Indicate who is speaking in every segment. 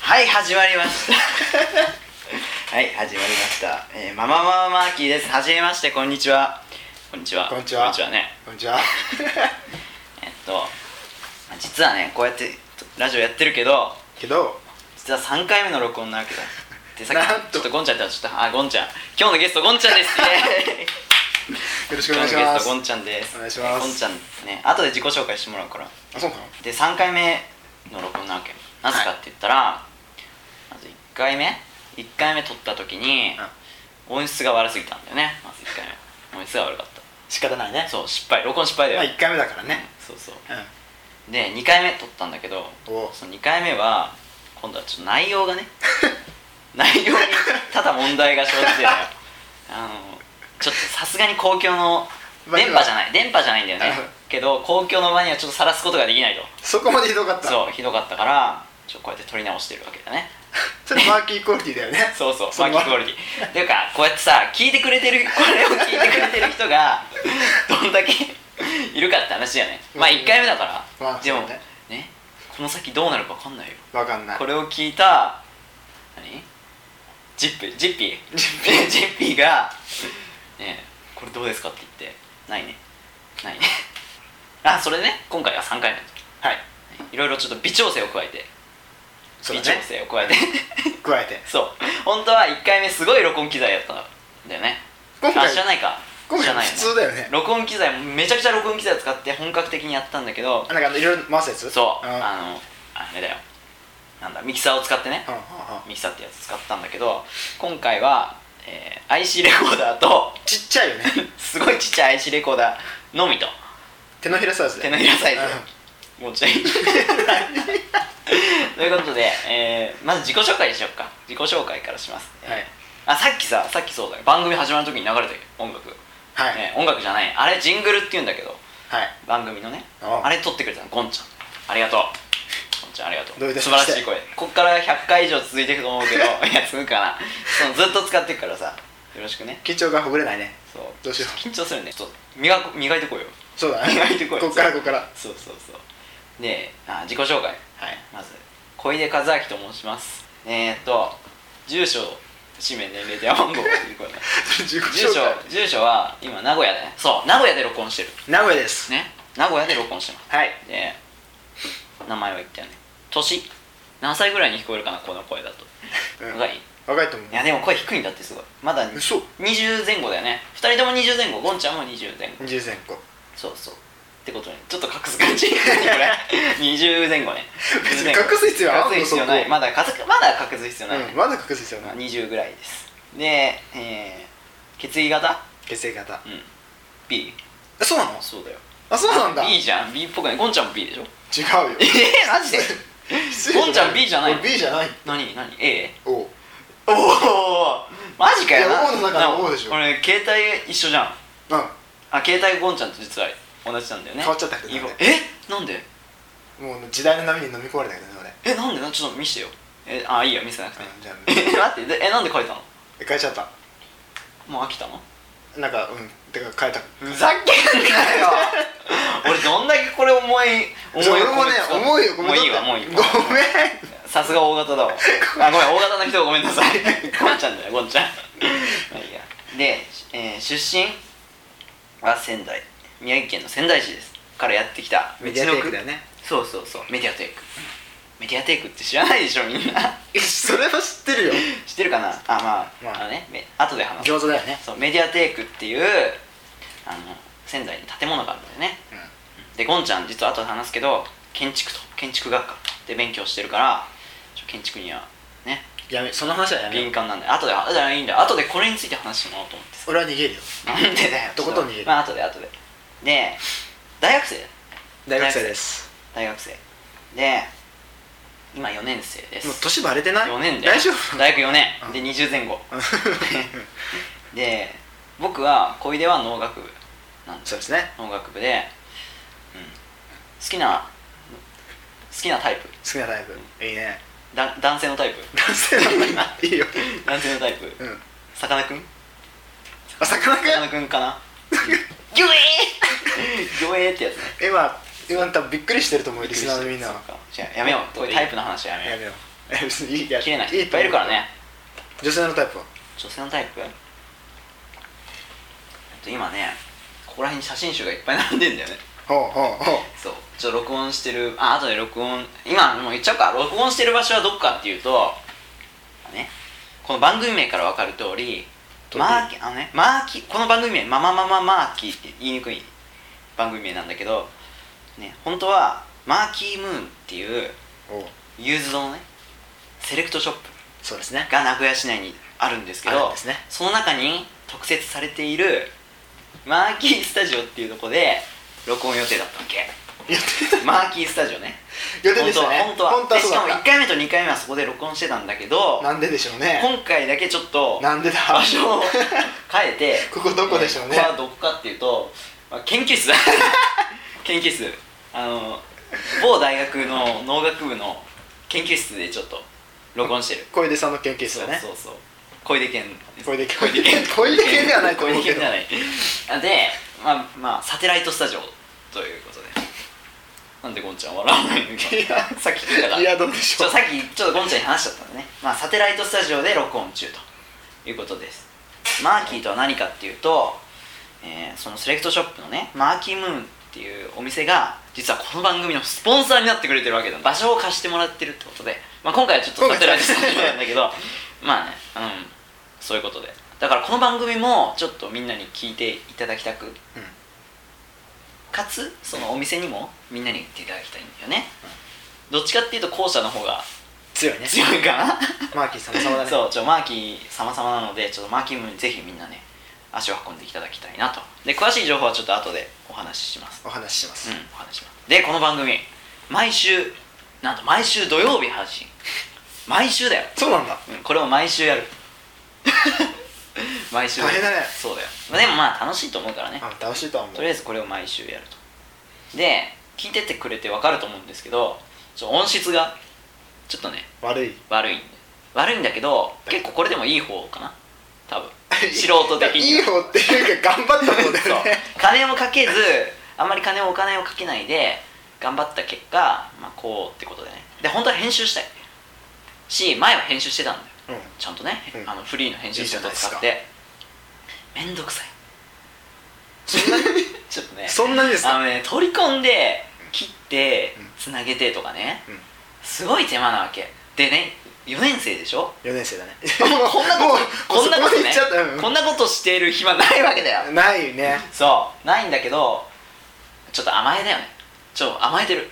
Speaker 1: はい始まりました はい始まりました、えー、マママママーキーですはじめましてこんにちはこんにちは
Speaker 2: こんにちは
Speaker 1: こんにちは ね
Speaker 2: こんにちは
Speaker 1: えっとまあ実はねこうやってラジオやってるけど
Speaker 2: けど
Speaker 1: 実は3回目の録音なわけだでさ
Speaker 2: なん
Speaker 1: っき
Speaker 2: と
Speaker 1: ちょっとゴンちゃんとちょっとあゴンちゃん今日のゲストゴンちゃん ですね
Speaker 2: よろしくお
Speaker 1: 今
Speaker 2: 願い
Speaker 1: 日
Speaker 2: し
Speaker 1: のゲ
Speaker 2: ま
Speaker 1: ス
Speaker 2: す
Speaker 1: トゴンちゃんです
Speaker 2: お願いします
Speaker 1: ゴンちゃんね後で自己紹介してもらうから
Speaker 2: あそうなの
Speaker 1: で3回目の録音なわけなぜかって言ったら、まず1回目1回目撮った時に、音質が悪すぎたんだよねまず1回目音質が悪かっ
Speaker 2: 仕方ないね
Speaker 1: たそう失敗録音失敗だよ、
Speaker 2: まあ1回目だからね
Speaker 1: そうそう
Speaker 2: う
Speaker 1: で2回目撮ったんだけど
Speaker 2: んおう
Speaker 1: その2回目は今度はちょっと内容が ね内容にただ問題が生じてるのよあのちょっとさすがに公共の
Speaker 2: まあ
Speaker 1: 電波じゃない電波じゃないんだよね
Speaker 2: なるほど
Speaker 1: けど公共の場にはちょっとさらすことができないと
Speaker 2: そこまでひどかった
Speaker 1: そうひどかったからちょっとこうやって撮り直してるわけだね
Speaker 2: それマーキークオリティだよね
Speaker 1: そうそう
Speaker 2: そ
Speaker 1: マ
Speaker 2: の
Speaker 1: ーキークオリティっていうかこうやってさ聞いてくれてるこれを聞いてくれてる人 がどんだけいるかって話だよねまあ
Speaker 2: うん
Speaker 1: 1回目だから、
Speaker 2: まあ
Speaker 1: でも
Speaker 2: そう
Speaker 1: ね
Speaker 2: ね
Speaker 1: この先どうなるか分かんないよ
Speaker 2: わかんない
Speaker 1: これを聞いた何ジップジッピージッピー ジッピーが「ねえこれどうですか?」って言って「ないねないね」あそれね今回は3回目
Speaker 2: はい
Speaker 1: いろいろちょっと微調整を加えて、
Speaker 2: そう
Speaker 1: 微
Speaker 2: だ
Speaker 1: 調
Speaker 2: ね
Speaker 1: 整を加えて
Speaker 2: 加えて
Speaker 1: そう本当は1回目すごい録音機材だったんだよね
Speaker 2: 今回
Speaker 1: あ知らないか
Speaker 2: 今
Speaker 1: 知ら
Speaker 2: 回
Speaker 1: ないよ
Speaker 2: 普
Speaker 1: ね
Speaker 2: 通だよね
Speaker 1: 録音機材めちゃくちゃ録音機材を使って本格的にやったんだけど
Speaker 2: あなんかあのいろいろ回すやつ
Speaker 1: そう、
Speaker 2: んうんうんうん
Speaker 1: あのあれだよなんだミキサーを使ってね、ミキサーってやつ使ったんだけど今回は、えー IC レコーダーと
Speaker 2: ちっちゃいよね
Speaker 1: すごいちっちゃい IC レコーダーのみと
Speaker 2: 手のひらサイズで
Speaker 1: 手のひらサイズもう ちょいということで、えーまず自己紹介しよっか自己紹介からします、
Speaker 2: うんはい
Speaker 1: あさっきささっきそうだよ番組始まる時に流れたよ音楽、
Speaker 2: はい
Speaker 1: ね、音楽じゃないあれジングルって言うんだけど
Speaker 2: はい
Speaker 1: 番組のね
Speaker 2: あ
Speaker 1: あれ撮ってくれたのゴンちゃんありがとうゴンちゃんありがとう
Speaker 2: どういたし
Speaker 1: 素晴
Speaker 2: ま
Speaker 1: ら
Speaker 2: して
Speaker 1: しい声こっから100回以上続いていくと思うけど いや続くかなそのずっと使っていくからさよろしくね
Speaker 2: 緊張がほぐれないね
Speaker 1: そう
Speaker 2: どうしよう
Speaker 1: 緊張するねちょっと磨こ磨いてこいよ
Speaker 2: そうだね
Speaker 1: 磨いてこい
Speaker 2: こっからこっから
Speaker 1: そうそうそうであ自己紹介
Speaker 2: はい
Speaker 1: まず小出和明と申しますえー、っと住所氏名年齢電話番 号
Speaker 2: 自己
Speaker 1: 住
Speaker 2: 紹
Speaker 1: 所
Speaker 2: 介
Speaker 1: 住所は今名古屋でねそう名古屋で録音してる
Speaker 2: 名古屋です
Speaker 1: ね名古屋で録音してます
Speaker 2: はい
Speaker 1: で名前は言ったよね年何歳ぐらいに聞こえるかなこの声だと、
Speaker 2: うん
Speaker 1: 若いい
Speaker 2: 若いと思う
Speaker 1: やでも声低いんだってすごいまだ
Speaker 2: 嘘
Speaker 1: 20前後だよね2人とも20前後ゴンちゃんも20前後
Speaker 2: 20前後
Speaker 1: そうそうってことにちょっと隠す感じこ れ20前後ね
Speaker 2: 別に隠す必要あんの
Speaker 1: 隠す必要
Speaker 2: そこ
Speaker 1: ないまだ隠すまだ隠す必要ない、
Speaker 2: うんまだ隠す必要
Speaker 1: ま
Speaker 2: な
Speaker 1: あ、
Speaker 2: い
Speaker 1: 20ぐらいですで、えー、血液型
Speaker 2: 血液型
Speaker 1: うん B
Speaker 2: えそうなの
Speaker 1: そうだよ
Speaker 2: あそうなんだ
Speaker 1: B じゃん B っぽくないゴンちゃんも B でしょ
Speaker 2: 違うよ
Speaker 1: えー、マジでゴンち ゃん B じゃないの
Speaker 2: 俺 B じゃない
Speaker 1: 何何 A?
Speaker 2: おう
Speaker 1: おおマジかよない
Speaker 2: や O の中の O でしょ
Speaker 1: 俺携帯一緒じゃん
Speaker 2: う
Speaker 1: あ携帯ゴンちゃんと実は同じなんだよね
Speaker 2: 変わっちゃったけどね
Speaker 1: いいことえなんで
Speaker 2: んもう時代の波に飲み込まれたけどね俺
Speaker 1: えなんでなちょっと見してよえあいいよ見せなくて、
Speaker 2: うんじゃあ
Speaker 1: え 待ってでえなんで書いたの
Speaker 2: 変えちゃった
Speaker 1: もう飽きたの
Speaker 2: なんかうんてか変えた
Speaker 1: ふざけんなよ 俺どんだけこれ思い思い
Speaker 2: じゃあ俺もね
Speaker 1: 込め
Speaker 2: 思いを込め
Speaker 1: もう
Speaker 2: と
Speaker 1: いい
Speaker 2: った
Speaker 1: わもういい
Speaker 2: ごめん
Speaker 1: さすが大型だ わあごめん大型の人はごめんなさいゴンちゃんだよゴンちゃんまあいいやで、えー出身は仙台宮城県の仙台市ですからやってきた
Speaker 2: よね
Speaker 1: そうそうそうメディアテイクメディアテイクって知らないでしょみんな
Speaker 2: それは知ってるよ
Speaker 1: 知ってるかなあまあ、
Speaker 2: まあ
Speaker 1: あ、のねめ後で話す
Speaker 2: 子だよね
Speaker 1: そうメディアテイクっていうあの仙台に建物があるんだよねでゴンちゃん実は後で話すけど建築と建築学科で勉強してるからちょ建築にはね
Speaker 2: やめその話はや
Speaker 1: 敏感なんで後で後でいいんだよ後でこれについて話してもらおうと思って
Speaker 2: 俺は逃げるよ
Speaker 1: さなんで だよ
Speaker 2: とことん逃げる
Speaker 1: まあ後で後でで大学生
Speaker 2: 大学生です
Speaker 1: 大学生で今4年生です
Speaker 2: もう年バレてない
Speaker 1: 4年で
Speaker 2: 大丈夫
Speaker 1: 大学4年
Speaker 2: うん
Speaker 1: で20前後で僕は小出は農学部なんです
Speaker 2: そうですね
Speaker 1: 農学部で、うん、好きな好きなタイプ
Speaker 2: 好きなタイプいいね
Speaker 1: だ男性のタイプ
Speaker 2: 男性なんだいいよ
Speaker 1: 男性のタイプ
Speaker 2: うん
Speaker 1: さかなクン
Speaker 2: あさかな
Speaker 1: さか
Speaker 2: クン
Speaker 1: なクンかなギョエーギョエーってやつね
Speaker 2: 今今多分びっくりしてると思う よリスナーのみんな
Speaker 1: そう
Speaker 2: は
Speaker 1: かじゃあやめようこういうタイプの話はやめよう
Speaker 2: やめようえ別 にいいや
Speaker 1: 切れない人いっぱいいるからね
Speaker 2: 女性のタイプは
Speaker 1: 女性のタイプえっと今ねここら辺に写真集がいっぱい並んでんだよね
Speaker 2: ほうほうほう
Speaker 1: そうちょっと録音してるあ後で録音今もう言っちゃおうか録音してる場所はどこかっていうと、ね、この番組名から分かる通り
Speaker 2: どこ
Speaker 1: マーキあのねマーキこの番組名マママママーキーって言いにくい番組名なんだけどね本当はマーキームーンっていう
Speaker 2: おう
Speaker 1: ユーズドのねセレクトショップ
Speaker 2: そうですね
Speaker 1: が名古屋市内にあるんですけ
Speaker 2: ある
Speaker 1: ど
Speaker 2: んですね
Speaker 1: その中に特設されているマーキースタジオっていうとこで録音予定だったわけ
Speaker 2: 予定
Speaker 1: マーキースタジオね
Speaker 2: 予定でしたね
Speaker 1: 本当は本当はで
Speaker 2: そう
Speaker 1: しかも
Speaker 2: だ
Speaker 1: 1
Speaker 2: った
Speaker 1: 回目と2回目はそこで録音してたんだけど
Speaker 2: なんででしょうね
Speaker 1: 今回だけちょっと
Speaker 2: なんでだ
Speaker 1: 場所を変えて
Speaker 2: ここどこでしょうね
Speaker 1: ここはどこかっていうと、まあ、研究室だ 研究室あの某大学の農学部の研究室でちょっと録音してる
Speaker 2: 小出さんの研究室だね
Speaker 1: そうそうそう小出健
Speaker 2: 小出
Speaker 1: 小出健
Speaker 2: 小出健ではないと
Speaker 1: 小
Speaker 2: 思
Speaker 1: 出健
Speaker 2: うけど
Speaker 1: ではないあでまあまあサテライトスタジオということでなんでゴンちゃん笑わないの
Speaker 2: いや
Speaker 1: さっき聞いたから
Speaker 2: いやどうでし
Speaker 1: ち
Speaker 2: ょ
Speaker 1: ょ
Speaker 2: う
Speaker 1: さっきちょっとゴンちゃんに話しちゃったんでね、まあ、サテライトスタジオで録音中ということですマーキーとは何かっていうと、えーそのセレクトショップのねマーキームーンっていうお店が実はこの番組のスポンサーになってくれてるわけだ場所を貸してもらってるってことで、まあ、今回はちょっとサテライトスタジオなんだけどまあね、うん、そういうことでだからこの番組もちょっとみんなに聞いていただきたく
Speaker 2: うん
Speaker 1: かつそのお店にもみんなに行っていただきたいんだよね、どっちかっていうと後者の方が
Speaker 2: 強いね
Speaker 1: 強いかな
Speaker 2: マーキー様様だね
Speaker 1: そうちょマーキー様々なのでちょっとマーキームにぜひみんなね足を運んでいただきたいなとで詳しい情報はちょっと後でお話しします
Speaker 2: お話ししま
Speaker 1: う
Speaker 2: す
Speaker 1: んお話ししますでこの番組毎週なんと毎週土曜日配信 毎週だよ、
Speaker 2: そうなんだ
Speaker 1: うん、これを毎週やる 毎週やる
Speaker 2: 大変だね
Speaker 1: そうだよまあでもまあ楽しいと思うからね
Speaker 2: あ楽しいとは思
Speaker 1: とりあえずこれを毎週やるとで聞いてってくれて分かると思うんですけどちょ音質がちょっとね
Speaker 2: う悪い
Speaker 1: 悪いんで悪いんだけど
Speaker 2: だ
Speaker 1: 結構これでもいい方かな多 分素人的に
Speaker 2: いい方っていうか頑張った方だ
Speaker 1: そう
Speaker 2: よね
Speaker 1: 金もかけずあんまり金をお金をかけないで頑張った結果まあこうってことでねで本当は編集したいし前は編集してたんだよ
Speaker 2: うん
Speaker 1: ちゃんとね、
Speaker 2: うん
Speaker 1: あのフリーの編集
Speaker 2: いいじ
Speaker 1: ソフト
Speaker 2: ゃ
Speaker 1: を
Speaker 2: ないです
Speaker 1: 使
Speaker 2: か
Speaker 1: ってめんどくさい ちょっとね
Speaker 2: そんなにです
Speaker 1: あ
Speaker 2: か
Speaker 1: のね取り込んで切って
Speaker 2: うん
Speaker 1: つなげてとかね
Speaker 2: うん
Speaker 1: すごい手間なわけでね4年生でしょ
Speaker 2: 4年生だね
Speaker 1: こんな
Speaker 2: も
Speaker 1: こ
Speaker 2: う
Speaker 1: とこんなこ
Speaker 2: そ
Speaker 1: と
Speaker 2: で
Speaker 1: ね
Speaker 2: 行っちゃったうん
Speaker 1: こんなことしている暇ないわけだよ
Speaker 2: ないね
Speaker 1: そうないんだけどちょっと甘えだよねちょっと甘えてる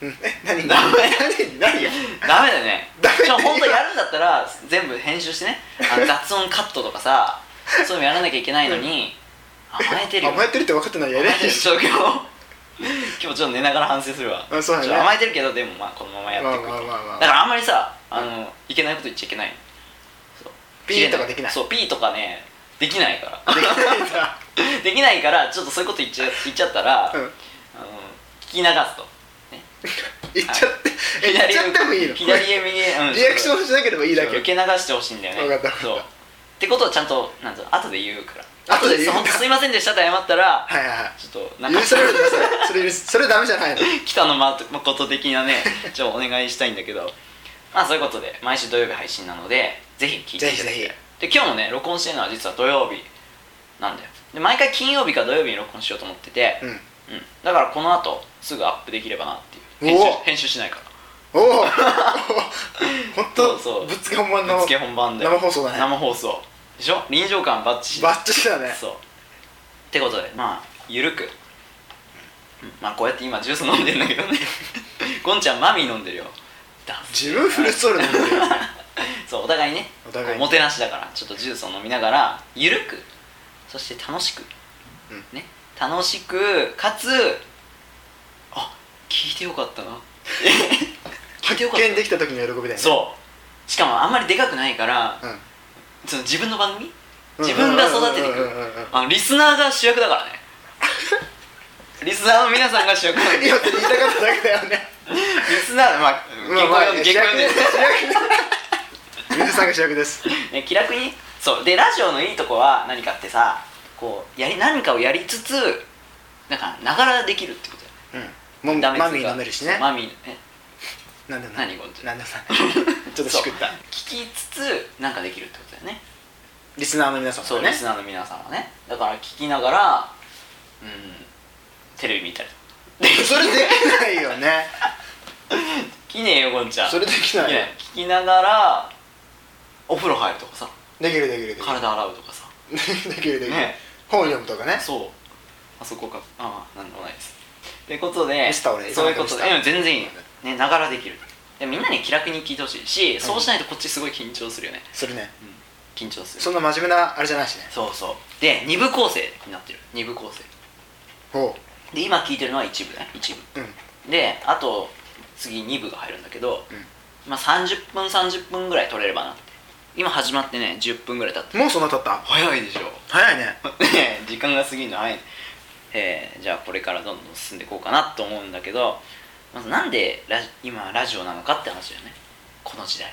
Speaker 2: うんえ何
Speaker 1: ダ
Speaker 2: 何
Speaker 1: メ
Speaker 2: 何何よ
Speaker 1: ダメだよね
Speaker 2: ダメだよ
Speaker 1: ちょ本当やるんだったら全部編集してね あの雑音カットとかさそういうのやらなきゃいけないのに甘えてるよ
Speaker 2: 甘えてるって分かってないやれ
Speaker 1: 甘えてるちょっと今日 今日ちょっと寝ながら反省するわ
Speaker 2: あそうだね
Speaker 1: ちょっと甘えてるけどでもまあこのままやっていくと、
Speaker 2: まあまあまあまあ
Speaker 1: だからあんまりさあのいけないこと言っちゃいけないそう
Speaker 2: ピーとかできない
Speaker 1: そうピーとかねできない から
Speaker 2: できないんだ
Speaker 1: できないからちょっとそういうこと言っちゃ言っちゃったら、
Speaker 2: う
Speaker 1: あの
Speaker 2: ん
Speaker 1: 聞き流すと
Speaker 2: 言っちゃってえ言っちゃってもいいの
Speaker 1: 左へ右へ、うん
Speaker 2: リアクションしなければいいだ
Speaker 1: そう受
Speaker 2: け
Speaker 1: け流してほしいんだよね
Speaker 2: わかったわかった
Speaker 1: そうってことをちゃんとなんと後で言うから
Speaker 2: 後で言う
Speaker 1: ほんとすいませんでしたって謝ったら
Speaker 2: はいはいはい
Speaker 1: ちょっとなんか
Speaker 2: 許されるん だよそれそれ許すそれダメじゃないの
Speaker 1: 北野誠的なね ちょっとお願いしたいんだけどまあそういうことで毎週土曜日配信なのでぜひ聞いていただいて
Speaker 2: ぜ
Speaker 1: で今日もね録音してるのは実は土曜日なんだよで毎回金曜日か土曜日に録音しようと思ってて、
Speaker 2: うん
Speaker 1: うんだからこの後すぐアップできればなっていう編
Speaker 2: おお
Speaker 1: 集編集しないから
Speaker 2: おお
Speaker 1: そう
Speaker 2: 本
Speaker 1: そ
Speaker 2: 当
Speaker 1: う
Speaker 2: ぶっつけ本番
Speaker 1: ぶ
Speaker 2: の
Speaker 1: っつけ本番で
Speaker 2: 生放送だね
Speaker 1: 生放送でしょ臨場感バッチリ
Speaker 2: バッチリだね
Speaker 1: そうってことでまあゆるく、うんまあこうやって今ジュース飲んでんだけどね ゴンちゃんマミー飲んでるよダン
Speaker 2: 自分フルストール飲 んでるよ
Speaker 1: そうお互いね
Speaker 2: お互いに
Speaker 1: こうもてなしだからちょっとジュースを飲みながらゆるくそして楽しく、
Speaker 2: うん
Speaker 1: ね楽しくかつあ聞いてよか ったな聞いてよかっ
Speaker 2: 発見
Speaker 1: た
Speaker 2: できた時の喜びだよね
Speaker 1: そうしかもあんまりでかくないから
Speaker 2: うん
Speaker 1: その自分の番組自分が育ててい
Speaker 2: うんうんうんうんうん
Speaker 1: くあのリスナーが主役だ からねリスナーの皆さんが主役なんだ
Speaker 2: 今って言いたかっただけだよね
Speaker 1: リスナ ーまあ
Speaker 2: まあまあ
Speaker 1: 結構
Speaker 2: 主
Speaker 1: 結
Speaker 2: 役
Speaker 1: 構
Speaker 2: です主役です水さんが主役です
Speaker 1: ね気楽にそうでラジオのいいとこは何かってさこうやり何かをやりつつなんかながらできるってことだよね
Speaker 2: うんも
Speaker 1: ダメ
Speaker 2: マミー飲めるしね
Speaker 1: マミーえ
Speaker 2: なんでもない
Speaker 1: 何ご存知
Speaker 2: なん でもないちょっとしくった
Speaker 1: 聞きつつなんかできるってことだよね
Speaker 2: リスナーの皆さん
Speaker 1: そう
Speaker 2: も
Speaker 1: リ
Speaker 2: ね
Speaker 1: スナーの皆さんはねだから聞きながらうんテレビ見たり
Speaker 2: それできないよ ね
Speaker 1: 聞きねえよゴンちゃん
Speaker 2: それできないいよ
Speaker 1: や聞きながらお風呂入るとかさ
Speaker 2: できるできるでき
Speaker 1: 体洗うとかさ
Speaker 2: るできるできる
Speaker 1: ね
Speaker 2: 本読むとかね
Speaker 1: そうあそこかああなんでもないですってことで
Speaker 2: ミスター俺
Speaker 1: そういうこと
Speaker 2: ミスター
Speaker 1: でうん全然いいよねながらできるでみんなに気楽に聞いてほしいしそうしないとこっちすごい緊張するよね、
Speaker 2: それね
Speaker 1: うん、緊張する
Speaker 2: そんな真面目なあれじゃないしね
Speaker 1: そうそうで2部構成になってる2部構成
Speaker 2: ほ
Speaker 1: で今聞いてるのは一部だね一部
Speaker 2: ううん
Speaker 1: であと次2部が入るんだけど、まあ30分30分ぐらい取れればなって今始まってね10分ぐらい経って
Speaker 2: もうそんな経った
Speaker 1: 早いでしょ
Speaker 2: 早いね
Speaker 1: ねえ時間が過ぎるの早い、えーじゃあこれからどんどん進んでいこうかなと思うんだけどまずなんでラジ今ラジオなのかって話だよねこの時代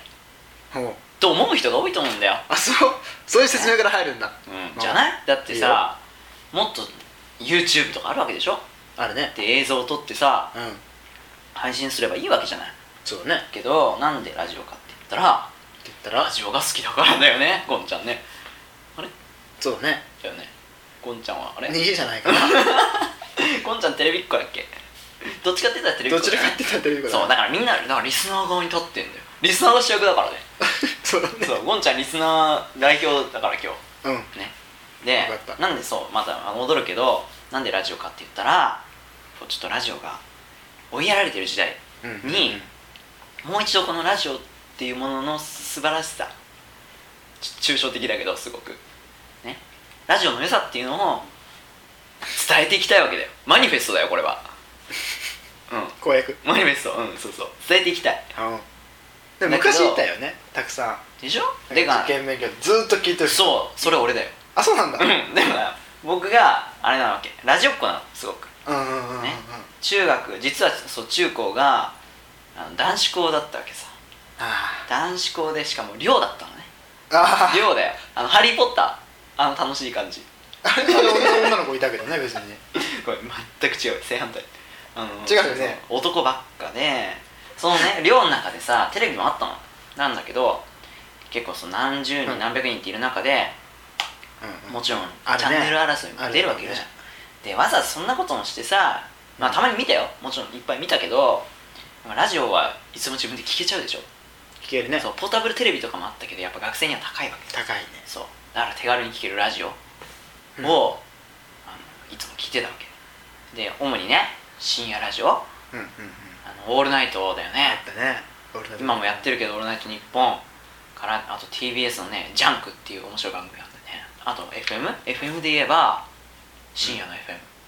Speaker 2: ほう
Speaker 1: と思う人が多いと思うんだよ、
Speaker 2: あそうそういう説明から入るんだ
Speaker 1: うん、じゃないだってさもっと YouTube とかあるわけでしょ
Speaker 2: あれね
Speaker 1: で映像を撮ってさ
Speaker 2: うん
Speaker 1: 配信すればいいわけじゃない
Speaker 2: そうだね
Speaker 1: けどなんでラジオかって言ったら
Speaker 2: って言った
Speaker 1: ラ
Speaker 2: ら
Speaker 1: ジオが好きだからだよねゴンちゃんね
Speaker 2: そうだね
Speaker 1: だよねゴンちゃんはあれ、
Speaker 2: 逃げじゃないかな
Speaker 1: ゴンちゃんテレビっ子だっけどっちかって言ったらテレビっ
Speaker 2: ど
Speaker 1: 子
Speaker 2: ち
Speaker 1: だ
Speaker 2: ら
Speaker 1: よ
Speaker 2: か
Speaker 1: ね
Speaker 2: って言ったらテレビ
Speaker 1: そうだ
Speaker 2: だ
Speaker 1: からみんなだからリスナー側に立ってんだよリスナーが主役だからね
Speaker 2: そうだね
Speaker 1: そうゴンちゃんリスナー代表だから今日
Speaker 2: うん
Speaker 1: ねで
Speaker 2: よかった
Speaker 1: なんでそうまた戻るけどなんでラジオかって言ったらこうちょっとラジオが追いやられてる時代
Speaker 2: うん
Speaker 1: に、もう一度このラジオっていうものの素晴らしさち抽象的だけどすごくねラジオの良さっていうのを伝えていきたいわけだよマニフェストだよこれ はう
Speaker 2: 公約
Speaker 1: んマニフェストうんそうそう伝えていきたい
Speaker 2: うん
Speaker 1: だ
Speaker 2: で
Speaker 1: けど
Speaker 2: 昔いたよねたくさ
Speaker 1: でしょ
Speaker 2: ん
Speaker 1: でか
Speaker 2: 受験勉強ずーっと聞いてる
Speaker 1: そうそれ俺だよ
Speaker 2: あそうなんだ
Speaker 1: う
Speaker 2: う ん
Speaker 1: んでもな僕があれなわけラジオっ子なのすごく
Speaker 2: うんうんうんうん
Speaker 1: ね中学実はそう中高があの男子校だったわけさ
Speaker 2: あ
Speaker 1: 男子校でしかも寮だったのね
Speaker 2: ーあー
Speaker 1: 寮だよあの「ハリー・ポッター」あの楽しい感じ
Speaker 2: あれは女の子いたけどね別に
Speaker 1: これ全く違う正反対あの
Speaker 2: 違うよね
Speaker 1: そう男ばっかでそのね寮の中でさテレビもあったのなんだけど結構その何十人、
Speaker 2: うん
Speaker 1: 何百人っている中で
Speaker 2: うん
Speaker 1: もちろん、
Speaker 2: あるね
Speaker 1: チャンネル争いも出るわけじゃん、
Speaker 2: あるね
Speaker 1: でわざわざそんなこともしてさまあたまに見たよもちろんいっぱい見たけどラジオはいつも自分で聞けちゃうでしょ、
Speaker 2: 聞けるね
Speaker 1: そうポータブルテレビとかもあったけどやっぱ学生には高いわけ
Speaker 2: 高いね
Speaker 1: そうだから手軽に聴けるラジオを、
Speaker 2: うん
Speaker 1: あのいつも聴いてたわけで主にね深夜ラジオあ
Speaker 2: うんうんうん
Speaker 1: のオールナイトだよ
Speaker 2: あ
Speaker 1: ね
Speaker 2: ったね俺の
Speaker 1: 今もやってるけど「オールナイトニッポン」からあと TBS のね「ジャンク」っていう面白い番組があったねあと FM?FM で言えば深夜の FM、